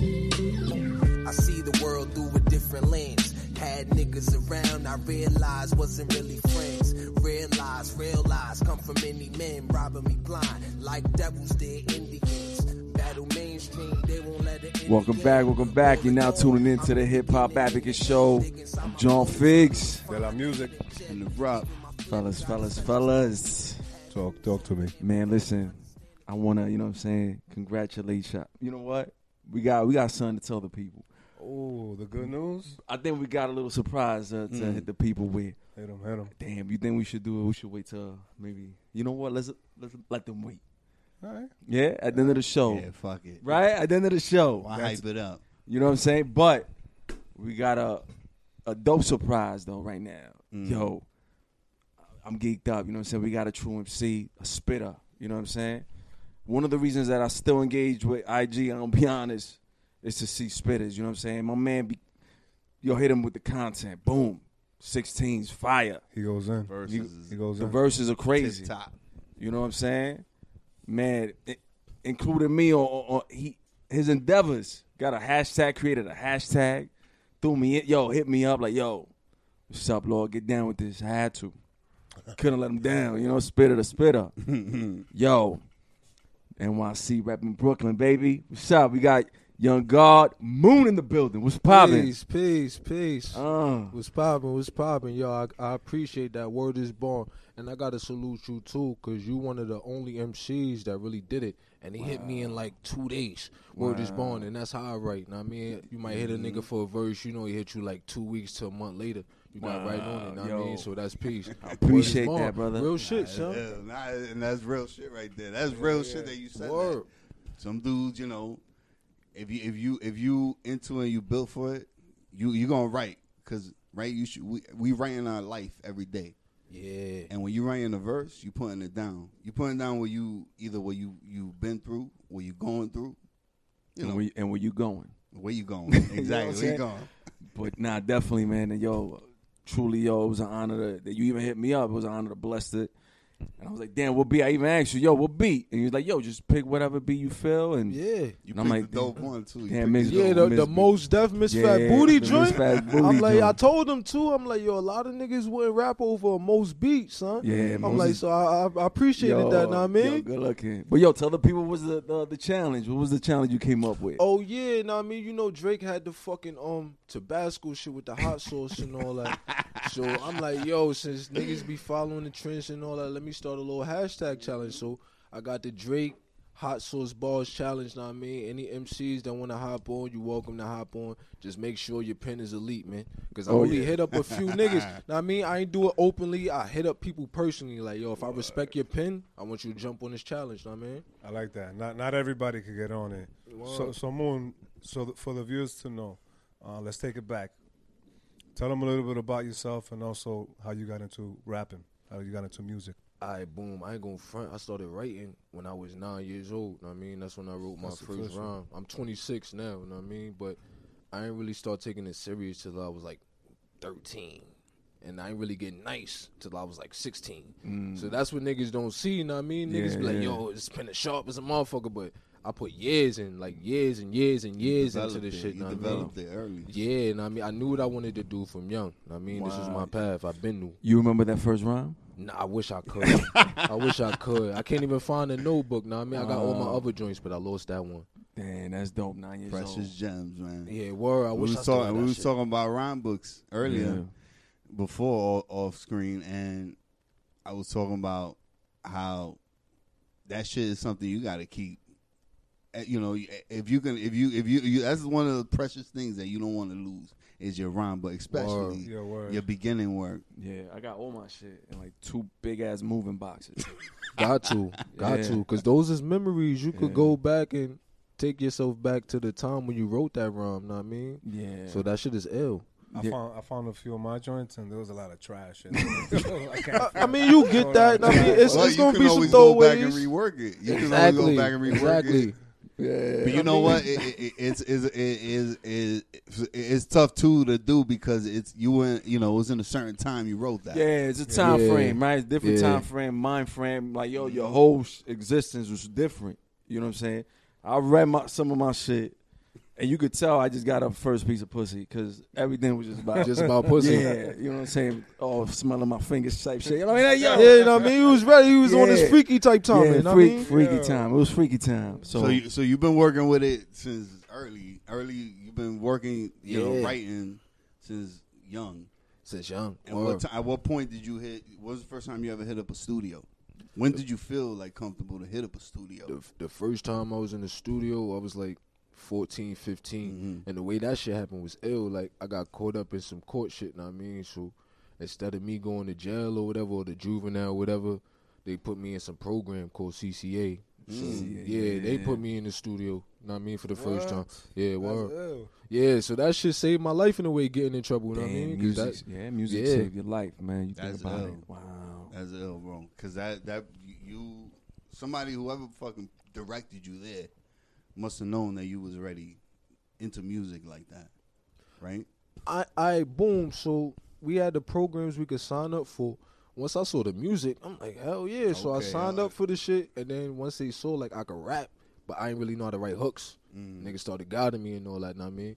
I see the world through a different lens. Had niggas around, I realized wasn't really friends. Realize, realize, come from many men, robbing me blind, like devils did Indians. Battle mainstream, they won't let it. end Welcome the back, game. welcome back. You're now tuning in to the Hip Hop Advocate Show. I'm John Figs. De la music. and the rap. Fellas, fellas, fellas. Talk, talk to me. Man, listen, I wanna, you know what I'm saying, congratulate you. You know what? We got we got something to tell the people. Oh, the good news. I think we got a little surprise uh, to hit the people with. Hit him, hit him. Damn, you think we should do it? We should wait till maybe you know what? Let's let's let them wait. All right. Yeah, at the end of the show. Yeah, fuck it. Right? At the end of the show. Why That's- hype it up? You know what I'm saying? But we got a a dope surprise though right now. Yo, I'm geeked up. You know what I'm saying? We got a true MC, a spitter. You know what I'm saying? One of the reasons that I still engage with IG, I'm gonna be honest, is to see spitters. You know what I'm saying? My man, be, yo, hit him with the content. Boom, 16s fire. He goes in. Versus He goes The in. verses are crazy. is top. You know what I'm saying? Man, i- including me on, on, on he his endeavors. Got a hashtag, created a hashtag, threw me in. Yo, hit me up like, yo, what's up, Lord? Get down with this. I had to. Couldn't let him down, you know, spitter to spitter. yo, NYC repping Brooklyn, baby. What's up? We got Young God Moon in the building. What's poppin'? Peace, peace, peace. Uh, What's poppin'? What's poppin', y'all? I, I appreciate that. Word is born, and I gotta salute you too, cause you one of the only MCs that really did it, and he hit me in like two days. Word is born, and that's how I write. Now, I mean, you might hit a Mm-hmm. nigga for a verse, you know, he hit you like two weeks to a month later. You got right on it. Know what I yo. mean, so that's peace. I appreciate that, brother. Real shit, son. Yeah, nah, and that's real shit right there. That's real shit that you said. that. Word. Some dudes, you know, if you if you if you into it, you built for it, you you gonna write because right you should we we writing our life every day. Yeah. And when you writing a verse, you putting it down. You putting down what you either what you you've been through, what you going through, you and, know, where, you- and where you going? where you going exactly, where saying? you going. But nah, definitely, man. And yo, truly, yo, it was an honor to, that you even hit me up. It was an honor to bless it. And I was like, damn, what beat? I even asked you, yo, what beat? And you was like, yo, just pick whatever beat you feel. And Yeah. You And I'm picked like, the dope one too. You damn, picked Miss- the dope Yeah, the, Miss the B- most deaf Miss Yeah, Fat Booty the Miss joint. Fat Booty I'm like, I joint. told him too. I'm like, yo, a lot of niggas wouldn't rap over a most beat, son. Yeah, I'm Mos like, is- so I, I, I appreciated Yo, that. Know what I mean? yo, good looking. But yo, tell the people what's the, the the challenge? What was the challenge you came up with? Oh yeah, now I mean you know Drake had the fucking um Tabasco shit with the hot sauce and all that. So I'm like, yo, since niggas be following the trends and all that, let me start a little hashtag challenge. So I got the Drake hot sauce balls challenge. Know what I mean, any MCs that want to hop on, you welcome to hop on. Just make sure your pen is elite, man. Cause I Oh, only yeah. hit up a few niggas. Now I mean I ain't do it openly. I hit up people personally. Like yo, if I respect your pen, I want you to jump on this challenge. Know what I mean? I like that. Not not everybody could get on it. So so Moon. So th- for the viewers to know, uh, let's take it back. Tell them a little bit about yourself and also how you got into rapping, how you got into music. I boom, I ain't gonna front. I started writing when I was nine years old. Know what I mean, that's when I wrote my That's the first first one. rhyme. I'm 26 now. Know what I mean, but I ain't really start taking it serious till I was like 13, and I ain't really get nice till I was like 16. So Mm. that's what niggas don't see. Know what I mean, niggas Yeah, be like, yeah. yo, it's been as sharp as a motherfucker, but I put years and like years and years and years into developed this it. shit. You know what I mean? developed it early. Yeah, and I mean, I knew what I wanted to do from young. Know what I mean, this was my path. I've been new. You remember that first rhyme? Nah, I wish I could. I wish I could. I can't even find a notebook. Now I mean, I got all my other joints, but I lost that one. Damn, that's dope. Nine years Precious old. gems, man. Yeah, word. I we wish was I still talking. had We that was shit. talking about rhyme books earlier, Yeah. before o- off screen, and I was talking about how that shit is something you got to keep. eh, Uh, You know, if you can, if you, if you, you, that's one of the precious things that you don't want to lose, is your rhyme, but especially Your your, word. beginning work. Yeah, I got all my shit in like two big ass moving boxes. Got to, got Yeah. to, because those is memories. You could go back and take yourself back to the time when you wrote that rhyme. Know what I mean, yeah. so that shit is ill. I Yeah. found I found a few of my joints and there was a lot of trash. In it. I, can't I mean, you get that. I mean, it's, Well, it's you gonna can be some always go back and throwaways. rework it. You can always Exactly. go back and rework it. Exactly. But you know what? It, it, it- it's is it is it, it's tough too to do because it's you went you know it was in a certain time you wrote that. Yeah, it's a time Yeah. frame, right? It's different Yeah. time frame, mind frame. Like yo, your whole s- existence was different. You know what I'm saying? I read my, some of my shit, and you could tell I just got a first piece of pussy because everything was just about Just about pussy. Yeah, you know what I'm saying? Oh, smelling my fingers type shit. You know what I mean? Yeah, Yo, you know what I mean. He was ready. He was on Yeah. his freaky type time. yeah, you know freak- what I mean? freaky time. It was freaky time. So, So you, so you've been working with it since early. Early you've been working you know Yeah. writing since young. Since young. And what ti at what point did you hit? What was the first time you ever hit up a studio? When did you feel like comfortable to hit up a studio? the, the first time I was in the studio, I was like 14, 15. Mm-hmm. And the way that shit happened was ill. Like, I got caught up in some court shit, know what I mean? So instead of me going to jail or whatever, or the juvenile, whatever, they put me in some program called CCA. Mm. So, yeah, they put me in the studio, know what I mean, for the first time. Yeah, word. Ew. Yeah, so that shit saved my life in a way getting in trouble, know what I mean? 'Cause music, that- yeah, music yeah. saved your life, man. You That's think about ill. it. Wow. That's ill, bro. Because that that you somebody whoever fucking directed you there must have known that you was already into music like that, right? I, I boom. So we had the programs we could sign up for. Once I saw the music, I'm like, hell yeah! so I Okay, signed alright. up for the shit, and then once they saw like I could rap, but I didn't really know how to write hooks. Niggas started guiding me and all that. Know what I mean,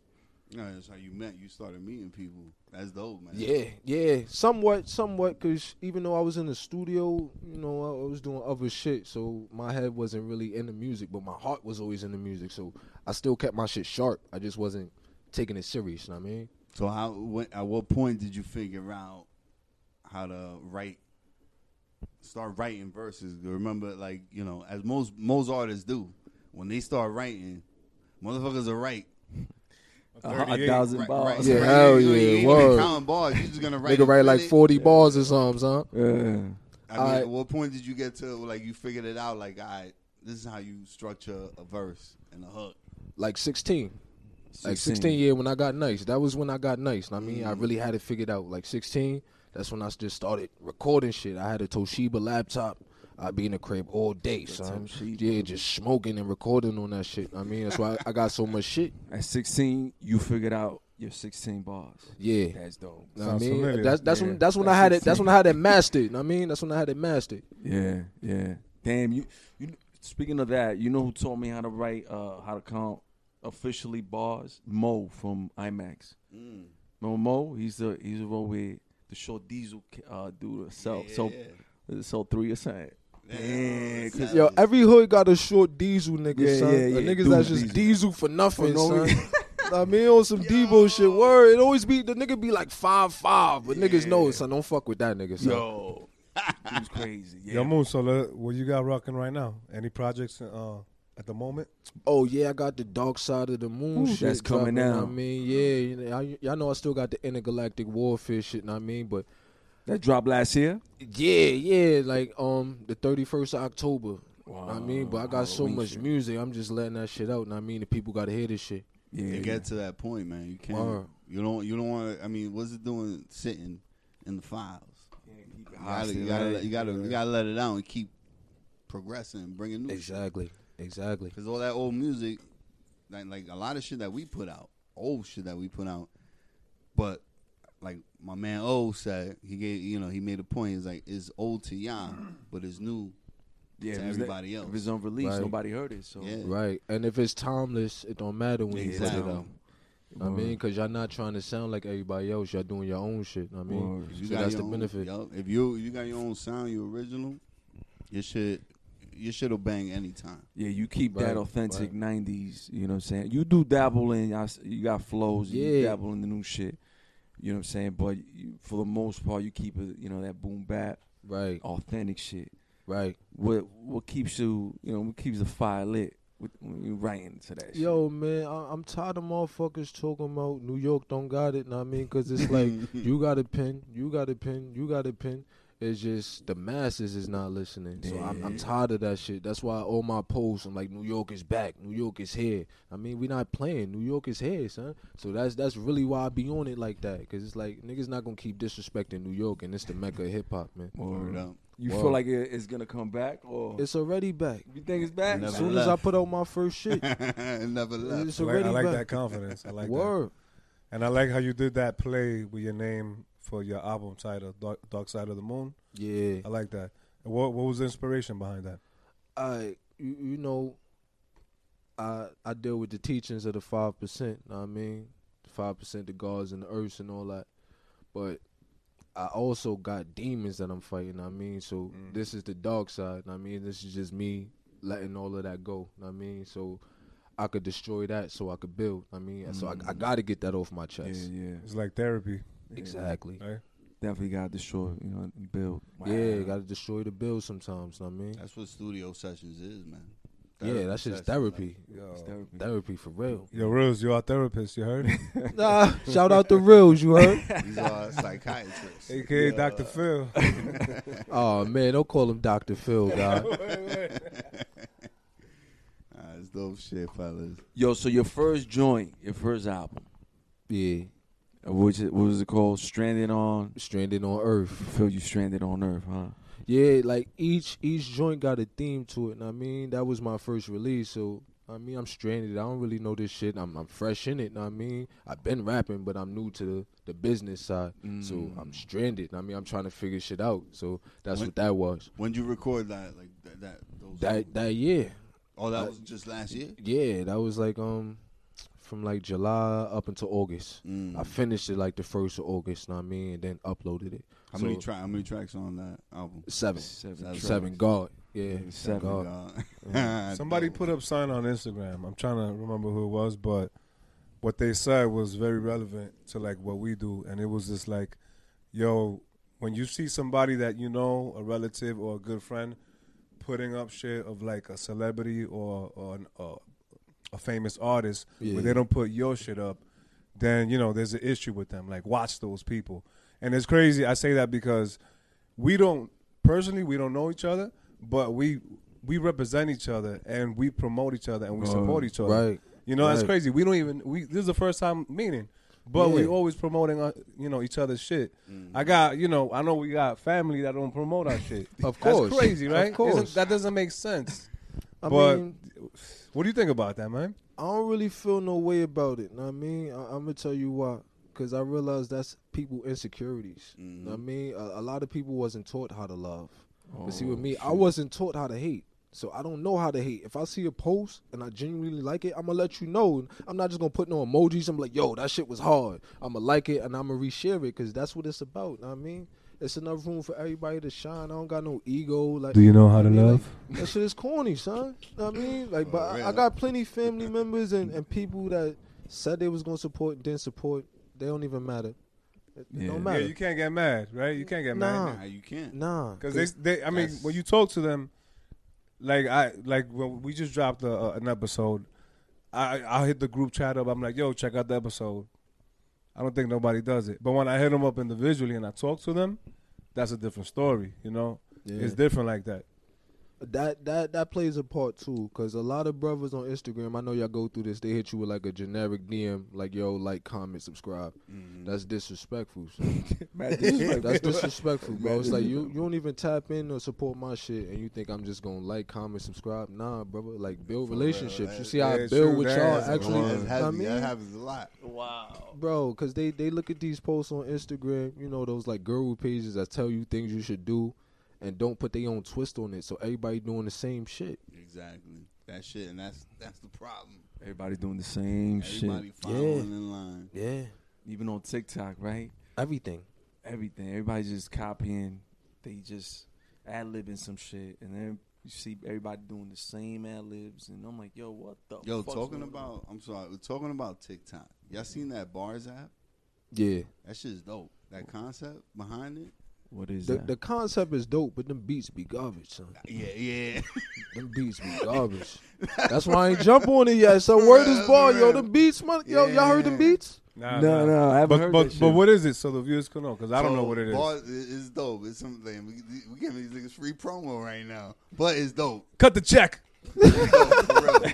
Yeah, that's how you met. You started meeting people. That's dope, man. yeah, yeah, somewhat, somewhat. Cause even though I was in the studio, you know, I, I was doing other shit, so my head wasn't really in the music, but my heart was always in the music. So I still kept my shit sharp. I just wasn't taking it serious. Know what I mean, So how when, at what point did you figure out how to write start writing verses? Remember like, you know, as most most artists do, when they start writing, motherfuckers are right. A hu- a 38, thousand Right, bars. right, Yeah, right. hell You, you yeah, ain't even word. counting bars. You just gonna write. nigga a write like minute. forty bars or something, huh? Yeah. I mean, I- at what point did you get to like you figured it out? Like, all right, this is how you structure a verse and a hook. like 16. Like 16, yeah, when I got nice. That was when I got nice. I mean, I really had it figured out. Like 16, that's when I just started recording shit. I had a Toshiba laptop. I'd be in the crib all day, son. Toshiba. Yeah, just smoking and recording on that shit. I mean, that's why I, I got so much shit. At 16, you figured out your 16 bars. Yeah. That's dope. Know what I Sounds mean, familiar. that's that's Yeah, when that's when that's I had it. That's 16. when I had it mastered. Know what I mean, that's when I had it mastered. Yeah, yeah. Damn, you you speaking of that, you know who taught me how to write uh how to count officially bars? Mo from IMAX. Mm. Remember Mo? He's the he's the role with the short diesel uh dude himself. so so three or something. Yeah, 'cause- Yo, every hood got a short diesel, nigga. Yeah, son. yeah, The yeah, niggas dude, that's just diesel. diesel, for nothing, no son. reason. I mean, on some Debo shit. Word, it always be the nigga be like five five, but niggas know it, son. Don't fuck with that nigga, son. Yo. he was crazy. Yeah. Yo, Moon. So let, what you got rocking right now? Any projects uh, at the moment? Oh yeah, I got the dark side of the moon Ooh, shit. that's coming dropping, know out. what I mean, yeah, you know, I, y'all know I still got the intergalactic warfare shit. Know what I mean, but That dropped last year. Yeah, yeah, like um the thirty first of October. Know what I mean, but I got so Halloween much shit. music, I'm just letting that shit out. And I mean, the people gotta hear this shit. Yeah. You get to that point, man. You can't. Word. You don't. You don't want. to I mean, what's it doing sitting in the files? You gotta. You gotta. You gotta. You gotta let it out and keep progressing and bringing new. shit. Exactly, exactly. Because all that old music, like, like a lot of shit that we put out, old shit that we put out, but like my man O said, he gave you know he made a point. It's like it's old to y'all, but it's new. yeah, to it was everybody that, else. If it's unreleased, Right. nobody heard it. So Yeah, Right, and if it's timeless, it don't matter when you put Exactly. it out. I mean, because y'all not trying to sound like everybody else. Y'all doing your own shit. I mean, Word. You so got that's your the own- benefit. yup. If you you got your own sound, you original, your shit, your shit'll bang anytime. Yeah, you keep Right, that authentic '90s. You know what I'm saying. You do dabble in. I s- You got flows. You Yeah. dabble in the new shit. You know what I'm saying. But you, for the most part, you keep it. You know that boom bap, Right, authentic shit. right. What what keeps you? You know what keeps the fire lit. with- when you writing to that shit. Yo, man, I, I'm tired of motherfuckers talking about New York don't got it. Know what I mean, because it's like you got a pin, you got a pin, you got a pin. It's just the masses is not listening. So I'm, I'm tired of that shit. That's why all my posts, I'm like, New York is back. New York is here. I mean, we not playing. New York is here, son. So that's that's really why I be on it like that. Because it's like niggas not gonna keep disrespecting New York, and it's the mecca of hip hop, man. Word up. You Whoa. feel like it, it's gonna come back, or It's already back. you think it's back? Never. As soon as I put out my first shit, Never left. it's I like, already I like that back. confidence. I like that. Word. And I like how you did that play with your name for your album title, Dark, Dark Side of the Moon. Yeah. I like that. And What what was the inspiration behind that? I you, you know I I deal with the teachings of the five percent, know what I mean? Five percent the gods and the earths and all that. But I also got demons that I'm fighting, know what I mean? So Mm. this is the dark side, know what I mean? This is just me letting all of that go, know what I mean? So I could destroy that so I could build, know what I mean? And So I, I gotta get that off my Mm. yeah, chest. yeah, It's like therapy, Exactly. right? definitely got destroyed. You know, and built. Wow. Yeah, gotta destroy the build sometimes, know what I mean? That's what studio sessions is, man. yeah, that's just therapy. It's therapy. Therapy for real. Yo, Rose, you're our therapist. You heard, Nah, shout out the reals, you heard? Like, These are psychiatrists. aka Dr. Phil. Oh man, don't call him Dr. Phil, God. Nah, it's dope shit, fellas. Yo, so your first joint, your first album, yeah, uh, which is- what was it called? Stranded on. stranded on Earth. Feel you stranded on Earth, huh? Yeah, like each each joint got a theme to it. And I mean, that was my first release, so I mean, I'm stranded. I don't really know this shit. I'm I'm fresh in it. know what I mean, I've been rapping, but I'm new to the, the business side, so I'm stranded. know what I mean, I'm trying to figure shit out. So that's When- what that was. When you record that, like that, that, those That that year, oh, that was just last year. yeah, that was like um from like July up until August. Mm. I finished it like the first of August. know what I mean, and then uploaded it. How many So- tra- How many tracks on that album? Seven. Seven. Seven guard. Yeah. Seven. guard. God. Somebody Dope. put up sign on Instagram. I'm trying to remember who it was, but what they said was very relevant to like what we do, and it was just like, yo, when you see somebody that you know, a relative or a good friend, putting up shit of like a celebrity or or an, uh, a famous artist, Yeah. but they don't put your shit up, then you know there's an issue with them. Like watch those people, and it's crazy. I say that because we don't personally we don't know each other, but we we represent each other and we promote each other and we support each other. right, You know that's right. crazy. We don't even we this is the first time meeting, but we Yeah. always promoting uh, you know each other's shit. I got you know I know we got family that don't promote our shit. Of that's course. crazy, Of right? Isn't- course. that doesn't make sense. I but mean, what do you think about that, man? I don't really feel no way about it. Know what I mean, I, I'm gonna tell you why. Cause I realize that's people insecurities. Know what I mean, a, a lot of people wasn't taught how to love. but see, with me, I wasn't taught how to hate. So I don't know how to hate. If I see a post and I genuinely like it, I'm gonna let you know. I'm not just gonna put no emojis. I'm like, yo, that shit was hard. I'm gonna like it and I'm gonna reshare it because that's what it's about. Know what I mean, it's enough room for everybody to shine. I don't got no ego. Like, Do you know how to I mean, like, love? that shit is corny, son. Know what I mean, like, but I, I real. got plenty family members and, and people that said they was gonna support, didn't support. They don't even matter. It, it Yeah. don't Yeah, matter. you can't get mad, right? You can't get mad. Nah. Nah, you can't. nah, Because they, they, I mean, when you talk to them, like I, like when we just dropped a, a- an episode, I, I hit the group chat up. I'm like, yo, check out the episode. I don't think nobody does it, but when I hit them up individually and I talk to them, that's a different story. You know, it's different like that. that that that plays a part too, cause a lot of brothers on Instagram, I know y'all go through this. They hit you with like a generic DM, like yo, like, comment, subscribe. Mm-hmm. That's disrespectful. son. That's disrespectful, bro. It's like you you don't even tap in or support my shit, and you think I'm just gonna like, comment, subscribe. Nah, brother. Like build relationships. You see how yeah, I build true, with that y'all. is a Actually, word. That's know what I heavy. mean, That happens a lot. bro, because they they look at these posts on Instagram. You know those like guru pages that tell you things you should do, and don't put their own twist on it. So everybody doing the same shit. Exactly. That shit, and that's that's the problem. Everybody doing the same Everybody shit, following in line. Yeah, even on TikTok, right? everything. Everything. Everybody's just copying. They just ad libbing some shit, and then you see everybody doing the same ad libs, and I'm like, yo, what the? Yo, fuck's talking going on? about, I'm sorry, we're talking about TikTok. Y'all seen that bars app? Yeah, That shit's dope. That concept behind it. What is The, that? the concept is dope, but them beats be garbage, son. Yeah, yeah. Them beats be garbage. That's why I ain't jump on it yet. So word is ball, yo. real. Them beats, man. Yo, y'all heard them Yeah. beats? Nah, No, nah. no, I haven't but, heard but, that shit. But what is it so the viewers can know? Because I don't know what it is. Bars, it's dope. It's something. We, we giving these niggas free promo right now, but it's dope. Cut the check. Nah, nah,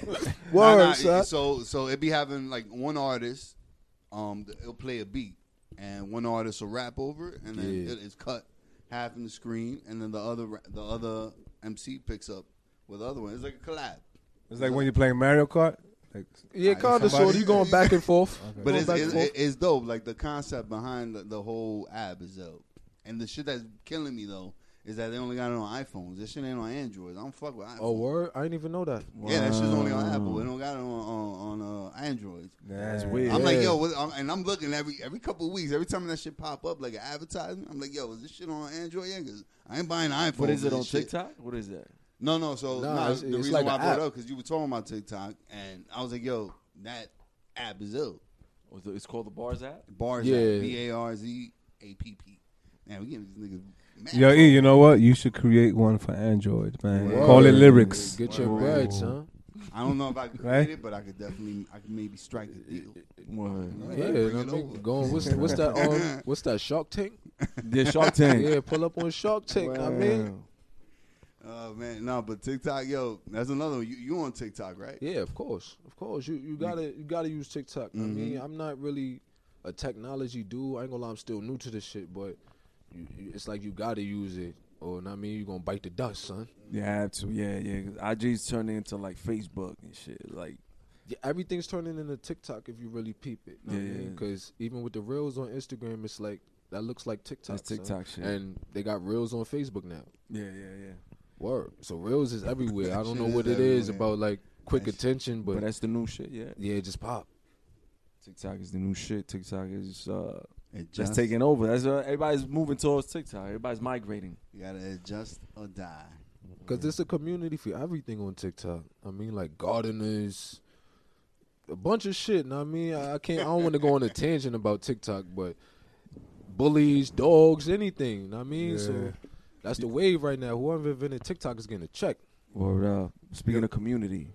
Word, son. it- so so it be having like one artist, um, th- it'll play a beat, and one artist will rap over it, and then Yeah. it is cut half in the screen, and then the other ra- the other MC picks up with the other one. It's like a collab, It's like when you're playing Mario Kart. Like, Yeah, kind of. So somebody- you going back and forth. but Going it's, back and it's, forth. it's dope. Like the concept behind the, the whole app is dope, and the shit that's killing me though is that they only got it on iPhones. This shit ain't on Androids. I don't fuck with iPhones. oh, word? I didn't even know that. Yeah, that shit's only on Apple. They don't got it on on, on uh, Androids. That's Nah. weird. I'm like, Yeah. yo, what, I'm, and I'm looking every every couple of weeks, every time that shit pop up like an advertisement. I'm like, yo, is this shit on Android? Yeah, 'cause I ain't buying an iPhone. what is for it this on shit. TikTok? What is that? No, no. So Nah, nah, it's- the it's reason like why I an brought it app. up because you were talking about TikTok, and I was like, yo, that app is ill. Was it- It's called the Bars app. Bars, Yeah. B A R Z A P P. Man, we getting these niggas. Mad. Yo, E, you know what? You should create one for Android, man. Word. Call it lyrics. Get your bread, son. I don't know if I could create Right? it, but I could definitely, I could maybe strike a deal. What? Yeah, bring I it mean, over. going. What's what's that? Um, what's that? Shark Tank. Yeah, Shark Tank. Yeah, pull up on Shark Tank. I mean, Wow. Oh man, no, but TikTok, yo, that's another one. You, you on TikTok, right? yeah, of course, of course. You you gotta you gotta use TikTok. I mean, Mm-hmm. I'm not really a technology dude. I ain't gonna lie, I'm still new to this shit, but you, you, it's like you gotta use it, or not I mean you gonna bite the dust, son. Yeah, I have to. Yeah, yeah. 'cause IG's turning into like Facebook and shit. Like, Yeah, everything's turning into TikTok if you really peep it. know what Yeah, I yeah, mean? yeah. 'Cause even with the reels on Instagram, it's like that looks like TikTok. son. TikTok shit. and they got reels on Facebook now. yeah, yeah, yeah. Word. So reels is everywhere. I don't know shit what is it is everywhere. about like quick That shit- attention, But but that's the new shit. Yeah, yeah, it just pop. TikTok is the new shit. TikTok is uh, Adjust, just taking over. That's uh, everybody's moving towards TikTok. Everybody's migrating. You gotta adjust or die. Cause it's a community for everything on TikTok. I mean, like gardeners, a bunch of shit. And I mean, I I can't. I don't want to go on a tangent about TikTok, but bullies, dogs, anything. know what I mean, so that's the wave right now. Whoever invented TikTok is getting a check. Word up. Speaking of community,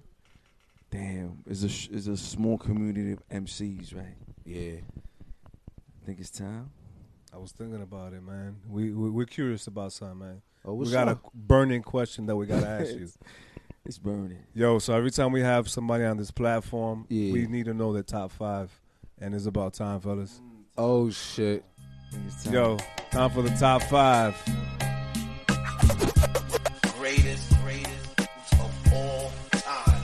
damn, is a sh- is a small community of MCs, right? Yeah, I think it's time. I was thinking about it, man. We, we we're curious about something, man. Oh, we what's got up? a burning question that we gotta ask you. It's burning. Yo, so every time we have somebody on this platform, Yeah. we need to know their top five, and it's about time, fellas. Oh shit. I think it's time. Yo, time for the top five. greatest, greatest of all time.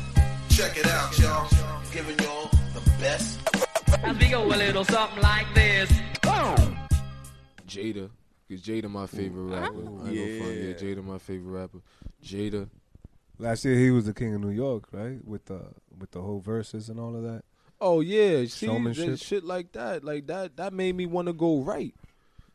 Check it out, y'all. Giving y'all the best. I think a little something like this. Jada, because Jada my favorite rapper. I ain't yeah. Front. yeah, Jada my favorite rapper. Jada. Last year he was the king of New York, right? With the with the whole verses and all of that. Oh yeah, see Showmanship. that shit like that, like that. That made me want to go write.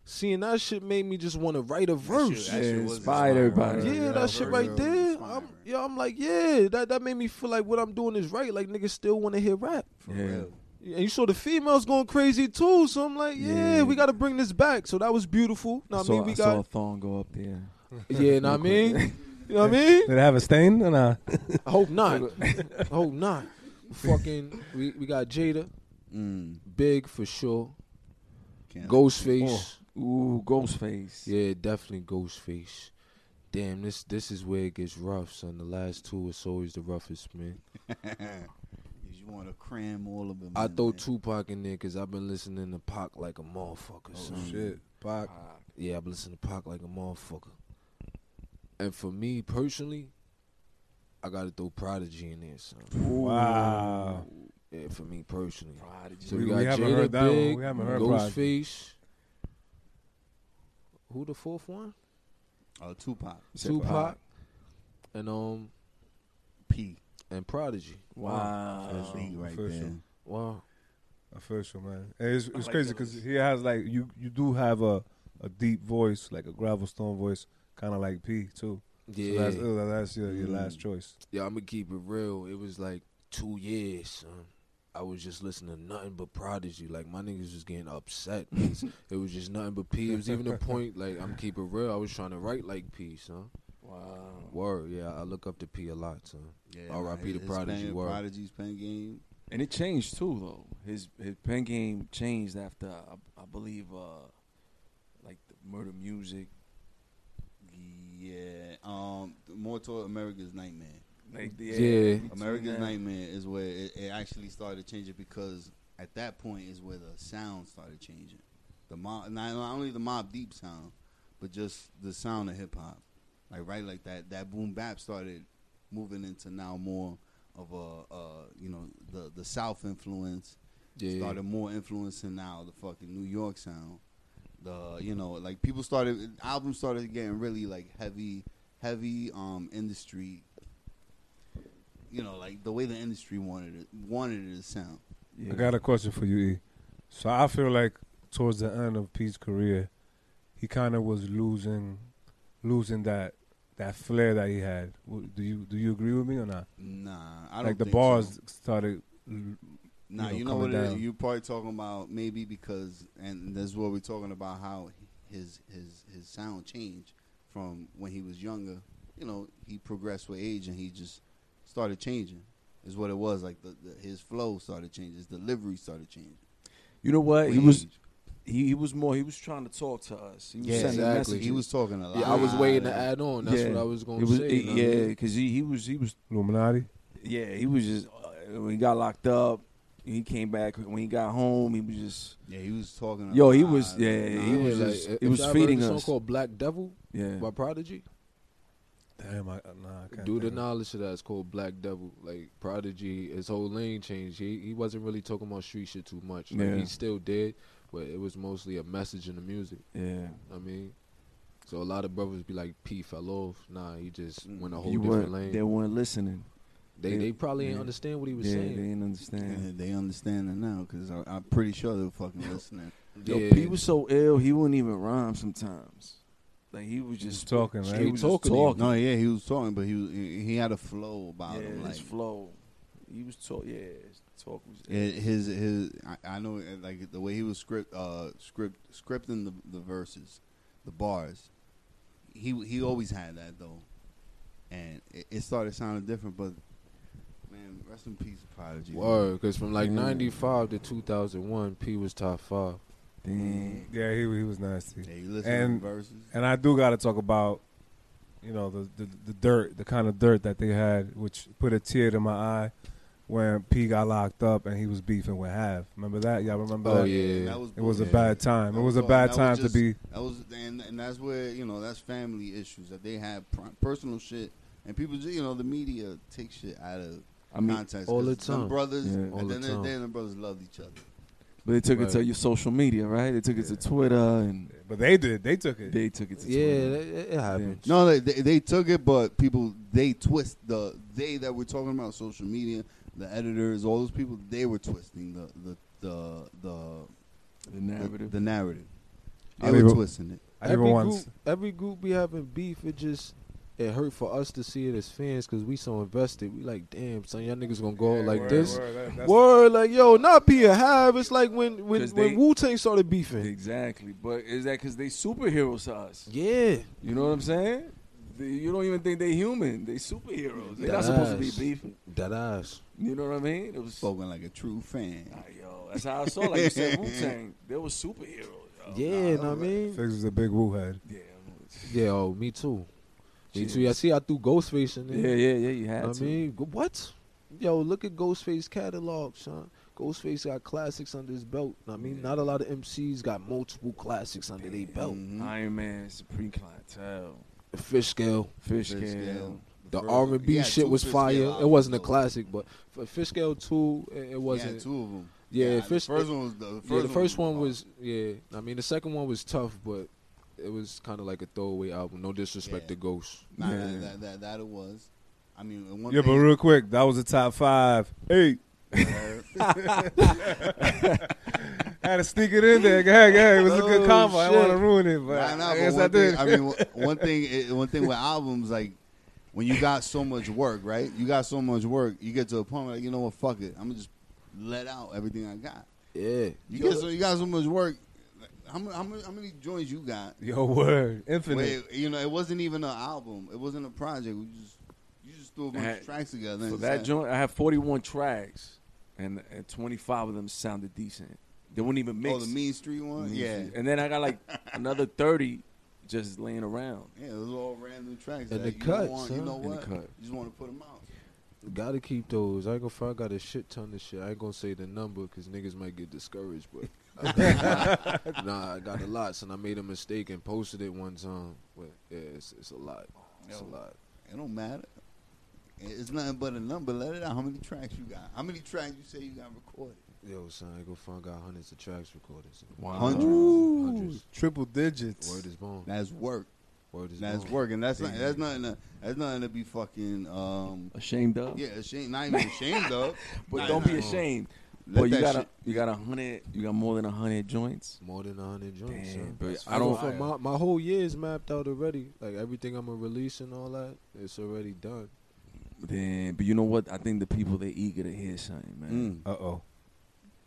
Seeing that shit made me just want to write a verse. That shit was Inspired everybody. yeah, yeah, that shit verse right was there. inspiring. I'm, yeah, I'm like, yeah, that that made me feel like what I'm doing is right. Like niggas still want to hear rap, For Yeah. real. and you saw the females going crazy too. So I'm like, yeah, Yeah. we got to bring this back. So that was beautiful. I, Know what I saw, mean, we I saw a got thong go up there. yeah, know what I mean, you know what I mean. Did it have a stain or not? I hope not. I hope not. Fucking, we we got Jada, Mm, big for sure. can't- Ghostface. Ooh, Ghostface. Yeah, definitely Ghostface. Damn, this this is where it gets rough, son. The last two is always the roughest, man. you want to cram all of them. I Mm-hmm. in throw there. Tupac in there because I've been listening to Pac like a motherfucker, son. Oh, Shit, Pac. Yeah, I've been listening to Pac like a motherfucker. And for me personally, I gotta throw Prodigy in there, son. Wow. Yeah, for me personally. Prodigy. So we, We- got we haven't Jada heard that one. We Big, haven't heard Prodigy. Ghostface. Who the fourth one? Oh, Tupac. Tupac. And um P. and Prodigy. That's Wow. me right official. there. Wow. Official man. And It's, it's like crazy those. because he has like you you do have a a deep voice, like a gravel stone voice, kind of like P too. So Yeah. that's, uh, that's your, your Mm. last choice. yeah, I'm gonna keep it real. It was like two years, son. I was just listening to nothing but Prodigy. Like my niggas was getting upset. 'cause it was just nothing but P. It was even a point like I'm keep it real. I was trying to write like P, son. Wow. Word, yeah. I look up to P a lot, son. Yeah, R.I.P. nah, to his Prodigy. pen- Word. Prodigy's pen game. And it changed too, though. His his pen game changed after I, I believe, uh, like the murder music. Yeah, um, more toward America's Nightmare. Like, yeah, Yeah. America's Yeah. Nightmare is where it, it actually started changing because at that point is where the sound started changing. The mob, not, not only the mob deep sound, but just the sound of hip hop. Like right, like that that boom bap started moving into now more of a uh, you know the the South influence. Yeah. Started more influencing now the fucking New York sound. The you know like people started albums started getting really like heavy heavy um industry you know, like the way the industry wanted it wanted it to sound. yeah. I got a question for you, E. So I feel like towards the end of Pete's career, he kind of was losing, losing that that flair that he had. W- Do you do you agree with me or not? Nah, I don't like the think bars So. started. l- Nah, you know, you know what coming it is? down. You probably talking about maybe because, and this is what we're talking about how his his his sound changed from when he was younger. You know, he progressed with age and he just started changing. Is what it was like. The, the his flow started changing. His delivery started changing. You know what? He With was age. he, he was more. He was trying to talk to us. He was yeah, sending exactly. messages. He was talking a lot. Yeah, I was waiting to add on. That's Yeah. what I was gonna It was- say. it- you know what I yeah, mean? because he, he was he was Illuminati. yeah he was just uh, when he got locked up. He came back when he got home. He was just Yeah, he was talking. A Yo, lot. he was- yeah, Nah, he was Yeah, just- like, he if was y'all heard feeding the song us. called Black Devil yeah. by Prodigy. Damn, I, nah, I can't. Due to think of- knowledge of that, it's called Black Devil. Like Prodigy, his whole lane changed. He he wasn't really talking about street shit too much. Like, Yeah. He still did, but it was mostly a message in the music. Yeah. I mean, so a lot of brothers be like, "P fell off." Nah, he just went a whole You different weren't, lane. Mm, they They weren't listening. they, they- probably didn't yeah. understand what he was Yeah, they saying. didn't understand. Yeah, they understand it now because I'm pretty sure they're fucking listening. Yo, yeah, P was so ill, he wouldn't even rhyme sometimes. Like he was just Just talking, right? He was just Talking. talking. No, yeah, he was talking, but he was, he he had a flow about yeah, him. Like his flow. He was talk. Yeah, his talk was. it- eh, his his, I, I know uh, like the way he was script uh script scripting the the verses, the bars. He he always had that though, and it, it started sounding different. But man, rest in peace, Prodigy. Word, because from like Yeah. '95 to 2001, P was top five. Dang. Yeah, he he was nasty. Yeah, you listen to the And- verses. And I do got to talk about, you know, the, the the dirt, the kind of dirt that they had, which put a tear to my eye when P got locked up and he was beefing with Hav. Remember that? Y'all remember Oh that? yeah, That was It was a bullshit. bad time. That It was a all- bad Oh, that time to just- be. That was and and that's where you know that's family issues that they have pr- personal shit and people ju- you know the media takes shit out of I mean, context all 'cause the them time. brothers Yeah. at All the the end of time. the day, them brothers loved each other. But they took it to Right. your social media, right? They took it to Twitter, and But they did. They took it. they took it to yeah, Twitter. it, it happened. No, they, they they took it, but people they twist the they that we're talking about social media, the editors, all those people they were twisting the the the the the the narrative. the narrative. I They were mean, twisting it. I never once. Group, every group be having beef. It just it hurt for us to see it as fans because we so invested. We like, damn, son, y'all niggas gonna go out like this. Word. Word, that- that's- like yo, not P a Hive. It's like when when, 'Cause they- when Wu Tang started beefing. exactly. But is that because they superheroes to us? yeah, You know what I'm saying? They- you don't even think they human. They superheroes. They're not supposed to be Yes. beefing. that ass. You know what I mean? It was. Spoken like a true fan. Nah, yo, that's how I saw. Like you said, Wu Tang. They were superheroes. Yo. yeah, know what I mean, Figs was a big woo head. Yeah. yeah. Oh, me too. Me too. Jeez. I see. I threw Ghostface in there. Yeah, yeah, yeah. You had I to. mean, g- what? Yo, look at Ghostface catalog, son. Ghostface got classics under his belt. I mean, not a lot of MCs got multiple classics under their belt. Iron Man, Supreme Clientele, The Fish scale, Fish Fish Scale. Scale. the First- R and he B had shit two was Fish fire. Scale It wasn't a albums, though. classic, but for Fish Scale two, it, it He had wasn't. two of them. Yeah, the first- first one was the first yeah, the first one hard. was yeah. I mean, the second one was tough, but it was kind of like a throwaway album. No disrespect Yeah. to Ghost. Nah, Yeah. that, that, that, that it was. I mean, and one Yeah, but thing, real quick, that was the top five. Hey, had to sneak it in there. Go ahead, go ahead. It was a good Oh, combo. I shit. want to ruin it, but nah, nah, I but guess I one did. thing, I mean, one- one thing, eh, one thing with albums like when you got so much work, right? You got so much work, you get to a point where like, you know what, fuck it, I'm gonna just let out everything I got. Yeah. You get so you got so much work. Like, How many, how many, how many joints you got? Your word, infinite. Wait, you know, it wasn't even an album. It wasn't a project. We just you just threw a bunch That- of tracks together. So and that said, joint, I have 41 tracks, and, and 25 of them sounded decent. They wouldn't even mix. Oh, the Mean Street one. Yeah, And then I got like another 30 just laying around. yeah, it was all random tracks. And that the you cuts, want, huh? you know And the what? cut. You just want to put them out. Gotta keep those. I ain't gonna front, I got a shit ton of shit. I ain't gonna say the number because niggas might get discouraged, but I got a lot. nah, I got a lot, and I made a mistake and posted it one time. But yeah, it's, it's a lot. It's Yo. a lot. It don't matter. It's nothing but a number. Let it out. How many tracks you got? How many tracks you say you got recorded? Yo, son, I ain't gonna front, I got hundreds of tracks recorded. son. Hundreds. Hundreds. Triple digits. Word is born. That's work. Word is That's born. work, and that's not, that's nothing. To, that's nothing to be fucking. Um, Ashamed of? yeah, ashamed. Not even ashamed of. But Nah, don't nah. be ashamed. Let But you that got a, shit- you got a hundred. You got more than a hundred joints. More than a hundred joints. Damn, son. bro, Oh, That's I don't- fire. my my whole year is mapped out already. Like everything I'm gonna release and all that, it's already done. Then, but you know what? I think the people they eager to hear something, man. Mm. Uh oh.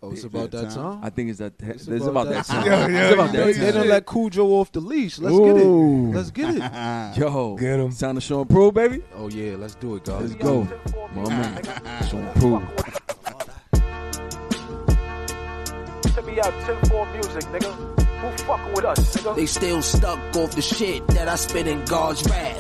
Oh, it's Big about that time. time. I think it's that. It's, It's about, that time. Yo, yo, it's about you know that you They time. did don't let Cujo off the leash. Let's Ooh. get it. Let's get it. Yo, Get 'em. Time to show and prove, baby. Oh yeah, let's do it, guys. Let's go, my man. Show and prove. They still stuck off the shit that I spit in God's wrath.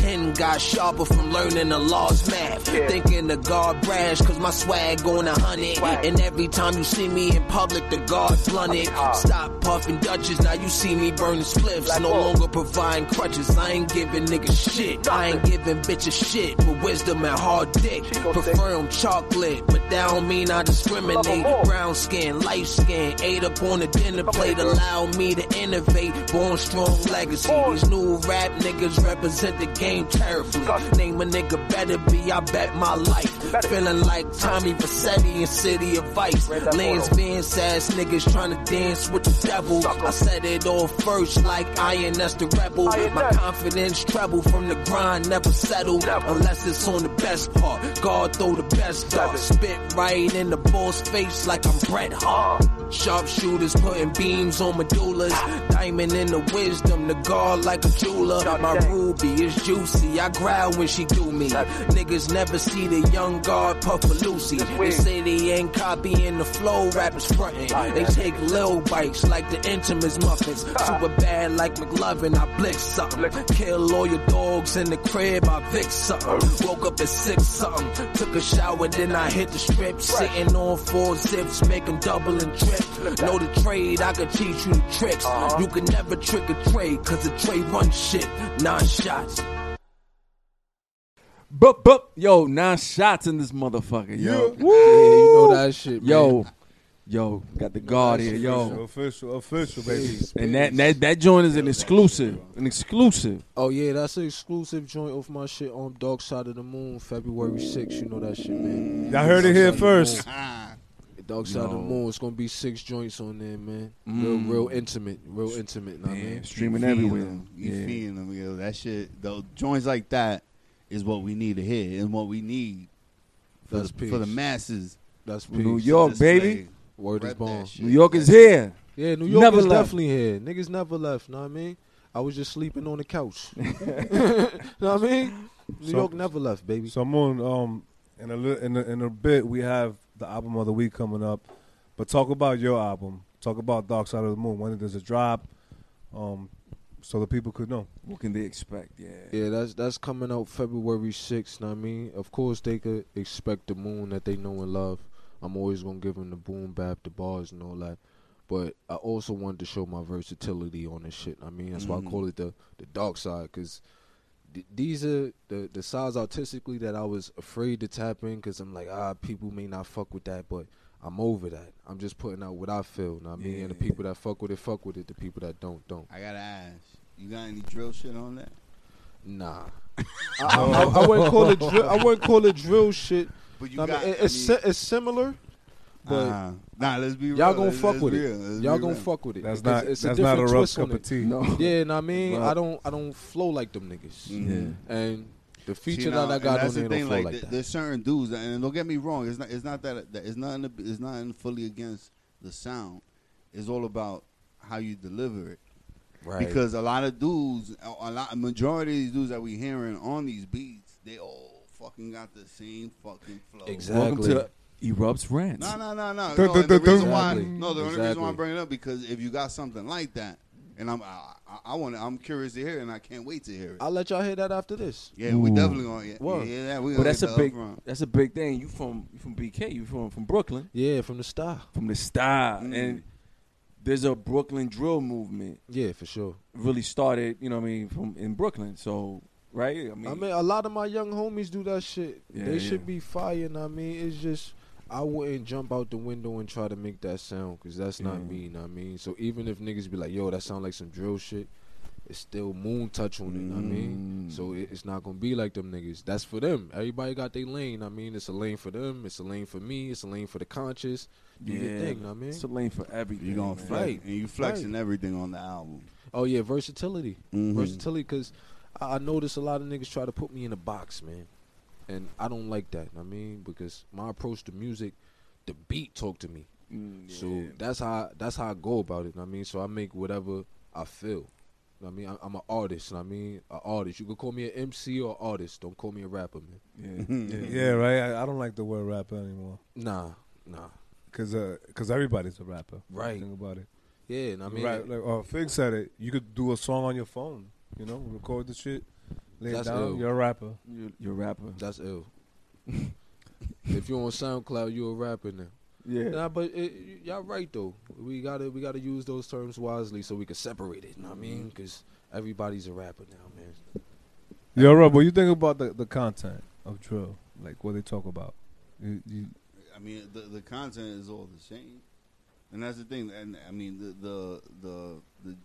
Pen got sharper from learning the law's math. Thinking the guard brash, cause my swag going a hundred. And every time you see me in public, the guards blunt it. Stop puffing Dutches, now you see me burning spliffs. no longer providing crutches, I ain't giving niggas shit. I ain't giving bitches shit, but wisdom and hard dick. Prefer 'em chocolate, but that don't mean I discriminate. Brown skin, light skin, ate up on the dinner plate, allow me to innovate. Born strong legacy. These new rap niggas represent the game terribly. Name a nigga better be, I bet my life. Feeling like Tommy Vassetti in City of Vice. Lance Vance ass niggas trying to dance with the devil. I said it all first, like I and that's the rebel. My confidence treble from the grind, never settle. Unless it's on the best part. God throw the best dart. Spit right in the boss face like I'm Bret Hart. Sharpshooters putting beams on medullas. Diamond in the wisdom, the guard like a jeweler. My ruby is juicy. I growl when she do me. Niggas never see the young guard puff a Lucy. They say they ain't copying the flow, rappers frontin'. They take little bites like the intimate muffins. Super bad like McLovin, I blick something. Kill all your dogs in the crib, I vic something. Woke up at six something. Took a shower, then I hit the strip. Sitting on four zips, make 'em double and trip. Know the trade, I could teach you the tricks. You can never trick a trade, cause a trade runs shit. Nine shots. Bup, bup. Yo, nine shots in this motherfucker. Yo, Yeah. Yeah, you know that shit, man. yo, yo. Got the guard here, Oh. Official, yo. official, official, baby. And that that that joint is an exclusive. An exclusive. Oh yeah, that's an exclusive joint off my shit on Dark Side of the Moon, February 6th. You know that shit, man. Y'all heard it here first. Dark Side of the No. Moon. It's gonna be six joints on there, man. Real, real intimate, real intimate. Nah, Mm. Man, man. streaming feeding everywhere. them. You Yeah. feeding them. Yo, that shit. Though joints like that is what we need to hear, and what we need for, That's the, peace. for the masses. That's peace. New York, baby. Word is Rep that born. shit. New York is here. Yeah, New York Never is left. definitely here. Niggas never left. Know what I mean? I was just sleeping on the couch. know what I mean? New So- York never left, baby. So I'm on. Um, in a little, in a, in a bit, we have the album of the week coming up. But talk about your album. Talk about Dark Side of the Moon. When does it drop? Um, so the people could know. What can they expect? Yeah. Yeah, that's that's coming out February sixth. Know what I mean, of course they could expect the moon that they know and love. I'm always gonna give them the boom bap, the bars, and all that. But I also wanted to show my versatility on this shit. know what I mean, that's why I call it the the dark side, cause th- these are the the sides artistically that I was afraid to tap in, cause I'm like, ah, people may not fuck with that, but I'm over that. I'm just putting out what I feel. know what I mean, and the people that fuck with it, fuck with it. The people that don't, don't. I gotta ask. You got any drill shit on that? Nah. I, I, I wouldn't call it drill. I wouldn't call it drill shit. But I mean, it- it's I si- it's similar, but uh-huh. nah. Let's be real. y'all gonna Let's- fuck let's with be it. real. Let's Y'all be gonna real. fuck with it. That's because not it's that's a not different a rough twist cup on of it. tea. No. Yeah, know what I mean, Right. I don't I don't flow like them niggas. Yeah. And The Mm-hmm. See, feature now, that I and got on that's the there don't thing. flow Like, like, th- that. there's certain dudes, that- and don't get me wrong. It's not. It's not that. that it's not. It's not fully against the sound. It's all about how you deliver it. right. Because a lot of dudes, a a lot, a majority of these dudes that we hearing on these beats, they all fucking got the same fucking flow. Exact- Welcome Exactly. to Erupts Rants. No, no, no, no. Th- no th- and the th- th- reason why, Exactly. no, the only reason why Exactly. I'm bringing it up because if you got something like that, and I'm, I, I, I want, I'm curious to hear it, and I can't wait to hear it. I'll let y'all hear that after this. yeah, we Ooh. definitely gonna, yeah, Word. yeah, yeah, we But gonna that's get a the big upfront. that's a big thing. You from you from BK, you from from Brooklyn, Yeah, from the star. from the style. Mm. And there's a Brooklyn drill movement Yeah, for sure. really started, you know what I mean, from in Brooklyn. So right? I mean, I mean, a lot of my young homies do that shit. Yeah, they yeah. should be fire. and I mean, it's just I wouldn't jump out the window and try to make that sound because that's not Yeah. me. know what I mean, so even if niggas be like, "Yo, that sound like some drill shit," it's still moon touch on it. know what I mean, Mm. so it, it's not gonna be like them niggas. That's for them. Everybody got their lane. I mean, it's a lane for them. It's a lane for me. It's a lane for the conscious. Do your thing. know what I mean, It's a lane for everything. You gonna man. flex, Right. and you flexing everything on the album. oh yeah, versatility. Mhm. versatility because I, I notice a lot of niggas try to put me in a box, man, and I don't like that. I mean, because my approach to music, the beat talk to me, Mm, yeah. so that's how that's how I go about it. know what I mean, so I make whatever I feel. know what I mean, I, I'm an artist. know what I mean, an artist. You can call me an MC or artist. Don't call me a rapper, man. yeah. Mm-hmm. yeah. Yeah, right. I, I don't like the word rapper anymore Nah, nah. because everybody's a rapper. when you Right. Think about it. Yeah, and I mean, right. Like, uh, Fig said it. You could do a song on your phone. You know, record the shit, lay it That's down. ill. You're a rapper. You're, you're a rapper. that's ill. if you're on SoundCloud, you're a rapper now. Yeah. Nah, but it, y- y'all right though. We gotta we gotta use those terms wisely so we can separate it. You know what I mean? Because everybody's a rapper now, man. Yo, Rob, what you think about the, the content of drill? Like what they talk about? You, you, I mean, the, the content is all the same, and that's the thing. And I mean, the the the the,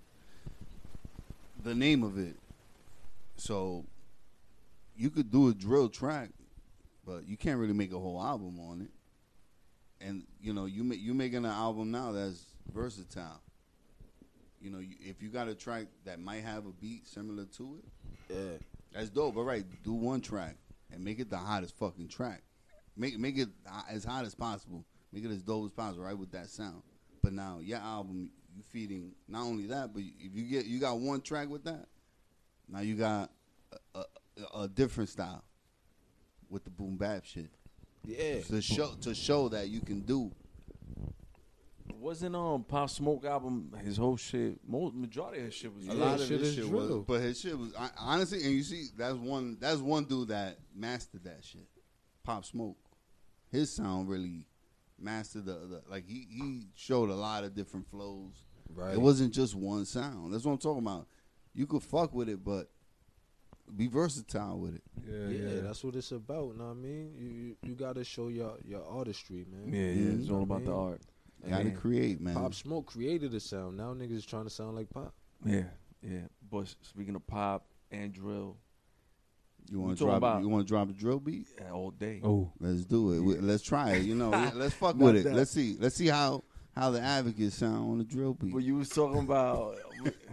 the name of it. So you could do a drill track, but you can't really make a whole album on it. And you know, you ma- you making an album now that's versatile. You know, you, if you got a track that might have a beat similar to it, Yeah. that's dope. All right, do one track and make it the hottest fucking track. Make make it ho- as hot as possible. Make it as dope as possible. Right with that sound. But now your album, you feeding not only that, but if you get you got one track with that, now you got a, a, a different style with the boom bap shit Yeah. to show to show that you can do. Wasn't um Pop Smoke album his whole shit? Most majority of his shit was A Yeah, lot of shit his is shit drill. was, but his shit was I, honestly, and you see, that's one that's one dude that mastered that shit. Pop Smoke, his sound really mastered the, the like he he showed a lot of different flows. Right. It wasn't just one sound. That's what I'm talking about. You could fuck with it, but be versatile with it. yeah, Yeah, yeah. that's what it's about. Know what I mean? You you, you gotta show your your artistry, man. Yeah, yeah. It's all about the Mhm. art. Got to Yeah. create, man. Pop Smoke created a sound. Now niggas is trying to sound like Pop. Yeah, yeah. But speaking of pop and drill, you we want to talking drop? about- You want to drop a drill beat? yeah, all day. Oh, Let's do it. We- Let's try it. You know, let's fuck Not with it. that. Let's see. Let's see how how the advocates sound on the drill beat. But you was talking about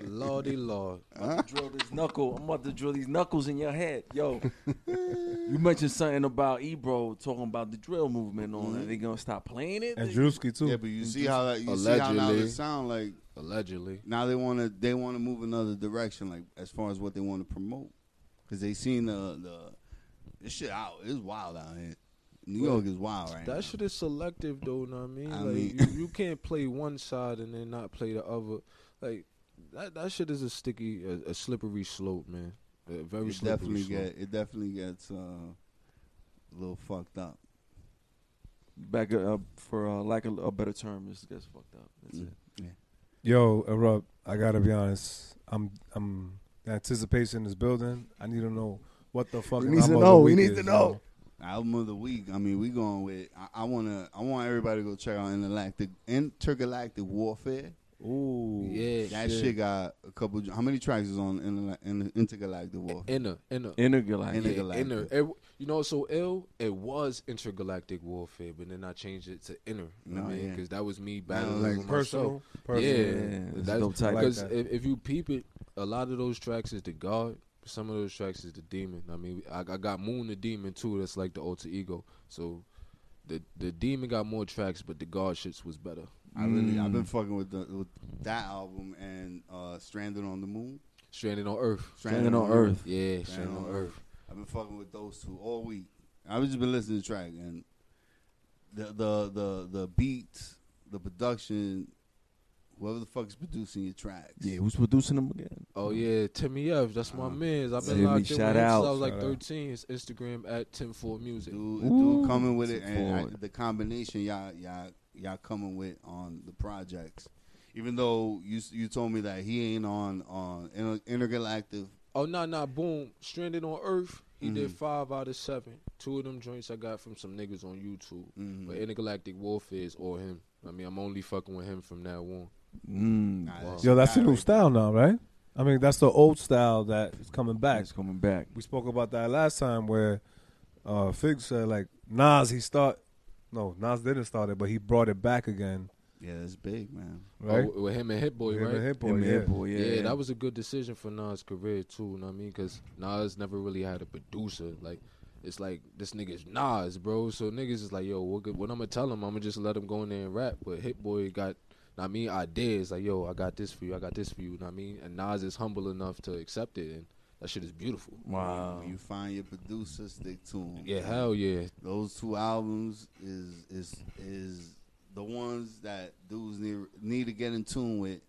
Lordy Lord. I'm about to drill this knuckle. I'm about to drill these knuckles in your head, yo. you mentioned something about Ebro talking about the drill movement on. Are they gonna stop playing it? and Drewski too. Yeah, but you see how that you see how now Allegedly. they sound like Allegedly. now they want to they want to move another direction like as far as what they want to promote because they seen the the this shit out it's wild out here. New York is wild right now. That shit is selective, though. Know what I mean? I like mean- you, you can't play one side and then not play the other. Like that that shit is a sticky, a, a slippery slope, man. A very it slippery definitely slope. get it definitely gets uh, a little fucked up. Back uh, for uh, lack of a better term, this gets fucked up. That's it. Yo, erupt. I gotta be honest. I'm I'm the anticipation is building. I need to know what the fuck. needs to know. He We needs to know. Album of the week. I mean, we going with. I, I wanna. I want everybody to go check out intergalactic intergalactic warfare. Ooh, Yeah, That shit got a couple. How many tracks is on Interla- Inter- intergalactic warfare? Inner, inner, Intergalactic. Inter- yeah, Intergalactic. inner. It, you know, so ill. It was intergalactic warfare, but then I changed it to inner. You know what I No, mean? yeah. Because that was me Now, battling like, with myself. personal, personal. Yeah, Yeah, that's a that's dope title. because I like that. if, if you peep it, a lot of those tracks is the God, Some of those tracks is the demon. I mean, I, I got Moon the Demon too. That's like the alter ego. So, the the demon got more tracks, but the God shits was better. I really, I've been fucking with, the, with that album and uh, Stranded on the Moon. Stranded on Earth. Stranded on Earth. Yeah, Stranded on Earth. Earth. I've been fucking with those two all week. I've just been listening to the track and the the the the beats, the production, whoever the fuck's producing your tracks. Yeah, who's producing them again? Oh yeah, Timmy F. That's my man's. I've been Timmy, locked in with Uh, shout him since I out. was like Shout out. 13. His Instagram at Tim Ford Music. Dude, dude coming with it Looking and I, forward. the combination y'all y'all y'all coming with on the projects. Even though you s- you told me that he ain't on on Inter- intergalactic Oh no, no, boom! Stranded on Earth. He did Mm-hmm. five out of seven. Two of them joints I got from some niggas on YouTube. Mm-hmm. But Intergalactic Warfare is all him. I mean, I'm only fucking with him from now on. Mm, Nah, that's Yo, that's the guy new right style now, right? I mean, that's the old style that is coming back. it's coming back. We spoke about that last time where uh, Fig said like Nas, he start. No, Nas didn't start it, but he brought it back again, Yeah, that's big, man. right? Oh, with him and Hit Boy, Him right? and Hit Boy, Him and yeah. Hit Boy, yeah. that was a good decision for Nas' career too. You know what I mean? Because Nas never really had a producer. Like, it's like this nigga's Nas, bro. So niggas is like, yo, what, good, what I'm gonna tell him? I'm gonna just let him go in there and rap. But Hit Boy got, I mean, ideas like, yo, I got this for you, I got this for you. you know what I mean? And Nas is humble enough to accept it, and that shit is beautiful. wow. When you find your producer, stick to him. Yeah, hell yeah. those two albums is is is the ones that dudes need need to get in tune with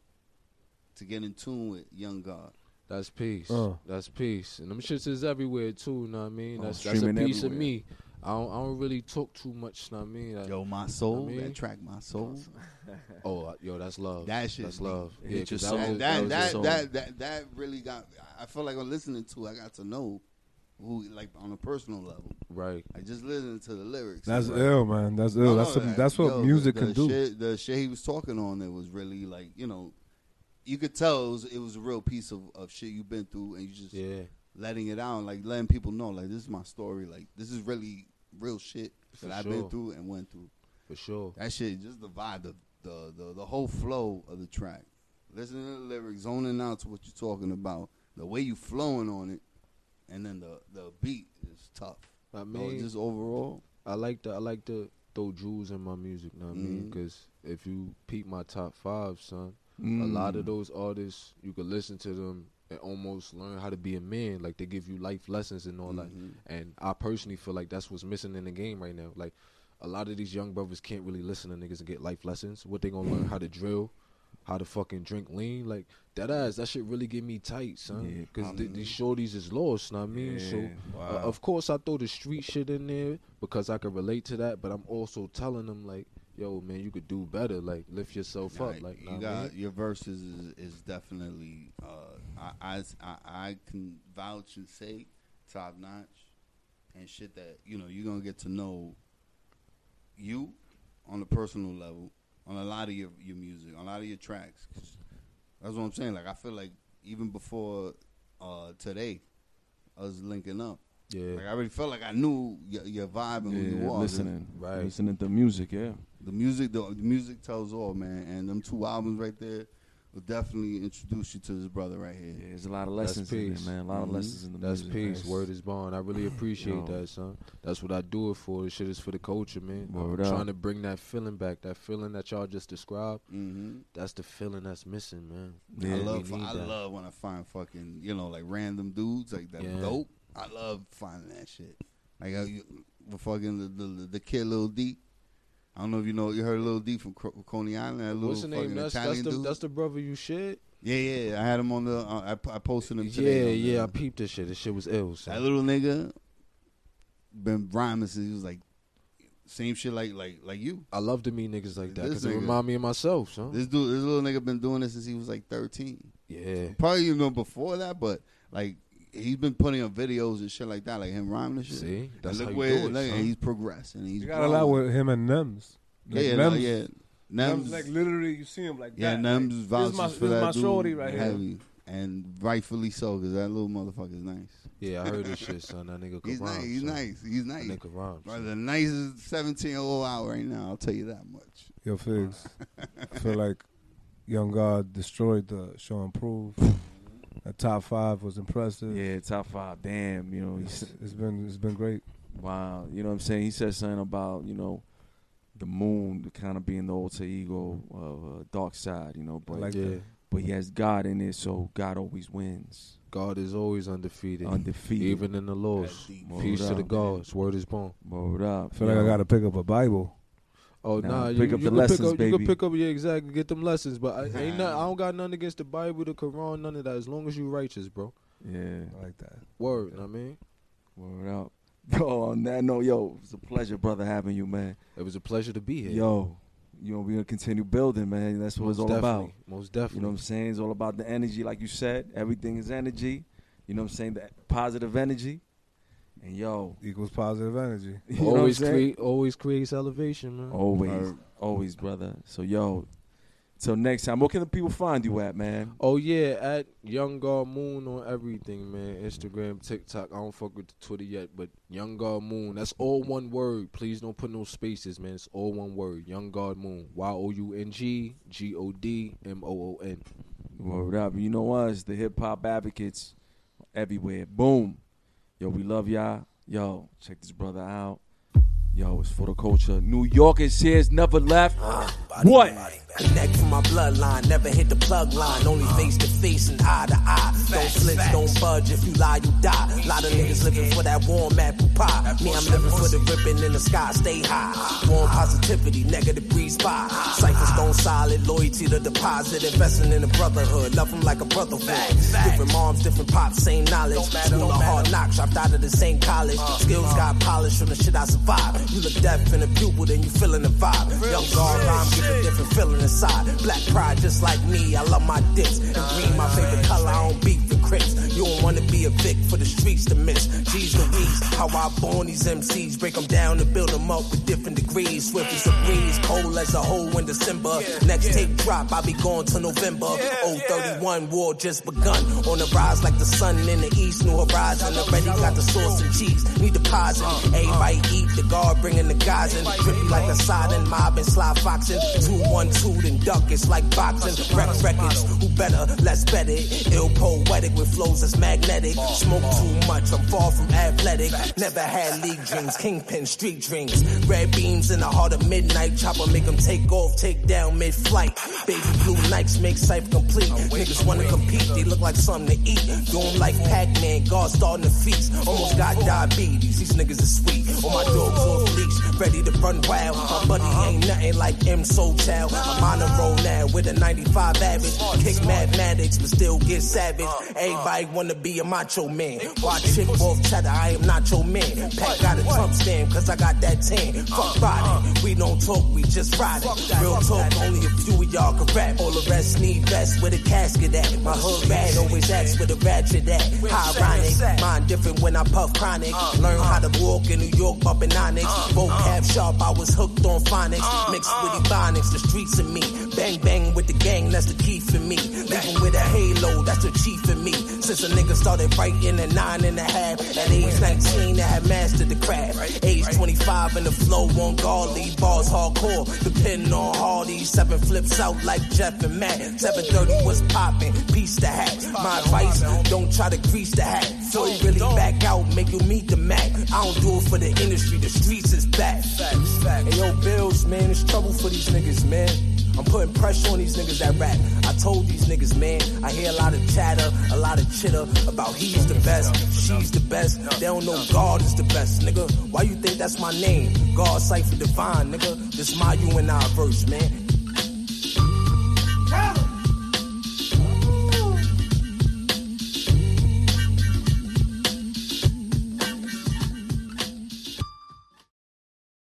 to get in tune with Young God. That's peace. Uh. That's peace. And them shits is everywhere too, you know what I mean? Oh, That's, that's a streaming piece of everywhere. me. I don't, I don't really talk too much, you know what I mean? Like, Yo, my soul, I mean- that track, my soul. Oh, uh, yo, that's love. That shit That's deep. love. It hit your just soul. And that that was that, your that that that really got. I feel like I'm listening to. I got to know who, like on a personal level. right. I just listening to the lyrics. That's Like, ill, man. That's I ill. don't That's know, some- like, that's what yo, the- music the can do. Shit, the shit he was talking on it was really like you know, you could tell it was, it was a real piece of, of shit you've been through, and you just Yeah. letting it out, like letting people know, like this is my story, like this is really real shit For that I've been sure. through and went through. For sure. That shit, just the vibe, the the the, the whole flow of the track, listening to the lyrics, zoning out to what you're talking about, the way you flowing on it, and then the the beat is tough. I So mean, just overall, I like to I like to throw jewels in my music. Know what I mean? Mhm. Because if you peep my top five, son, a lot Mm. of those artists you could listen to them and almost learn how to be a man. Like they give you life lessons and all Mhm. that. And I personally feel like that's what's missing in the game right now. Like a lot of these young brothers can't really listen to niggas and get life lessons. What they gonna learn how to drill? How to fucking drink lean like that ass? That shit really get me tight, son. Yeah, Because these shorties is lost, know what I mean. So Yeah. Uh, of course, I throw the street shit in there because I can relate to that. But I'm also telling them like, "Yo, man, you could do better. Like, lift yourself up. Like, you nah, got man. your verses is, is definitely uh, I, I I I can vouch and say top notch and shit that you know you're gonna get to know you on a personal level on a lot of your your music on a lot of your tracks. 'Cause That's what I'm saying. Like I feel like even before uh, today, us linking up. yeah, Like I already felt like I knew your, your vibe and who you yeah, are. listening, Right. listening to music. Yeah, The music, the, the music tells all, man. And them two albums right there will definitely introduce you to this brother right here. yeah there's a lot of That's lessons in it, peace. Mm-hmm. man. A lot of Mhm. lessons in the that's music. peace. man. Word is bond. I really appreciate Yo. that, son. That's what I do it for. This shit is for the culture, man. I'm Word up. trying to bring that feeling back. That feeling that y'all just described. hmm That's the feeling that's missing, man. Mm-hmm. Yeah. I We love, need I that. love when I find fucking, you know, like random dudes like that Yeah. dope. I love finding that shit. Like how you, the fucking the, the the kid Lil D. I don't know if you know, you heard Lil D from Co- Coney Island. That little What's the fucking name? That's, that's Italian the dude. that's the brother you shit. yeah, yeah. I had him on the. Uh, I po- I posted him Yeah, today. on yeah. I the- peeped this shit. This shit was ill. That Son. little nigga been rhyming since he was like, same shit like like like you. I love to meet niggas like that This because it nigga- remind me of myself, son. This dude, this little nigga been doing this since he was like 13. yeah. Probably even before that, but like he's been putting up videos and shit like that, like him rhyming and shit. See, that's and look how you where do it. look, son. and he's progressing. He's You got a lot growing. with him and Nems. Like yeah, yeah, Nems, yeah. Nems, Nems, like literally, you see him like yeah, that. Nems like, this vouches is my, for this is that my dude shorty right here. heavy, and rightfully so, because that little motherfucker's nice. Yeah, I heard this shit, son. That nigga could He's rhyme. nice. He's son. nice. He's That nice. nigga rhyme. Bro, son. the nicest 17 year old out right now. I'll tell you that much. Yo, Figs. I feel like Young God destroyed the show and prove. That top five was impressive. Yeah, top five. Damn, you know, he It's, s- it's been it's been great. wow. You know what I'm saying? He said something about you know the moon kind of being the alter ego of uh, dark side. You know, I but like yeah, that. but he has God in it, so God always wins. God is always undefeated, Undefeated. even in the loss. Word Peace to up. the gods. Word is born. Word up. I feel like I yo. gotta pick up a Bible. Oh Nah, nah, you, pick up you the can lessons, pick up, You baby. can pick up, yeah, exactly. Get them lessons, but I, ain't not, I don't got nothing against the Bible, the Quran, none of that. As long as you righteous, bro. Yeah. I like that. Word, know what I mean, Word up. Yo, on that note, yo, it's a pleasure, brother, having you, man. it was a pleasure to be here. Yo, you know, we're gonna continue building, man. That's what most it's all definitely, about. Most You definitely. know what I'm saying? It's all about the energy, like you said. Everything is energy. You know what I'm saying? The positive energy. And yo, Equals positive energy. you know what I'm always saying? create, always creates elevation, man. Always, Alright. always, brother. So yo, till next time. Where can the people find you at, man? Oh yeah, at Young God Moon on everything, man. Instagram, TikTok. I don't fuck with the Twitter yet, but Young God Moon. That's all one word. Please don't put no spaces, man. It's all one word. Young God Moon. Y O U N G G O D M O O N. Word up. You know us, the hip hop advocates everywhere. Boom. Yo, we love y'all. Yo, check this brother out. Yo, it's for the culture. New York is here. It's never left. What? Connect from my bloodline, never hit the plug line. Only face to face and eye to eye. Don't flinch, don't budge. If you lie, you die. Lot of niggas living for that warm apple pie. Me, I'm living for the ripping in the sky. Stay high. Warm positivity, negative breeze by. Cypher stone solid, loyalty to deposit. Investing in the brotherhood, love 'em like a brother would. Different moms, different pops, same knowledge. School of hard knocks, dropped out of the same college. Skills got polished from the shit I survived. You look deaf in the pupil, then you feeling the vibe. Young guard rhyme, give a different feeling inside. Black pride, just like me, I love my dicks. And green, my favorite color, I don't beat the crips. You don't wanna be a vic for the streets to miss. G's Louise, how I born these MCs. Break them down and build them up with different degrees. Swift as a breeze, cold as a hole in December. Next tape drop, I'll be gone till November. Oh, 31 war just begun. On the rise like the sun in the east, new horizon. Already got the sauce and cheese, need deposit. Everybody eat, the guard bringing the guys in. Grippy like a siding, mob and sly foxing. 212, then duck, it's like boxing. Wreck records, who better, less better. Ill poetic with flows that's magnetic. Smoke too much, I'm far from athletic. Never had league dreams, kingpin street dreams. Red beams in the heart of midnight. Chopper make 'em take off, take down mid flight. Baby blue nights make cypher complete. Niggas wanna compete, they look like something to eat. Do 'em like Pac Man, God starting to feast. Almost got diabetes, these niggas are sweet. All my dogs off leash, ready to run wild. My buddy ain't nothing like M Soul Child. I'm on a roll now with a 95 average. Kick mathematics, but still get savage. Everybody wanna be a macho man. Why chick wolf cheddar, I am not your man. Pat got a Trump stand, cause I got that tan. Fuck body, we don't talk, we just ride it. Real talk, only a few of y'all can rap. All the rest need vests with a casket at. My hood rat always acts with a ratchet at. Ironic, mine different when I puff chronic. Learn how to walk in New York, bumping onyx. Vocab sharp, I was hooked on phonics. Mixed with ebonics, the streets in me. Bang bang with the gang, that's the key for me. Living with a halo, that's the chief in me. Since a nigga started writing at nine and a half, at age 19, I had mastered the craft. Age 25 and the flow on Garley, bars hardcore. Depending on Hardy, seven flips out like Jeff and Matt. 730 was popping, piece the hat. My advice, don't try to grease the hat. So you really back out, make you meet the Mac. I don't do it for the industry, the streets is back. Hey yo, Bills, man, it's trouble for these niggas, man. I'm putting pressure on these niggas that rap. I told these niggas, man, I hear a lot of chatter, a lot of chitter about he's the best, she's the best. They don't know God is the best, nigga. Why you think that's my name? God, Cypher Divine, nigga. This my you and I verse, man.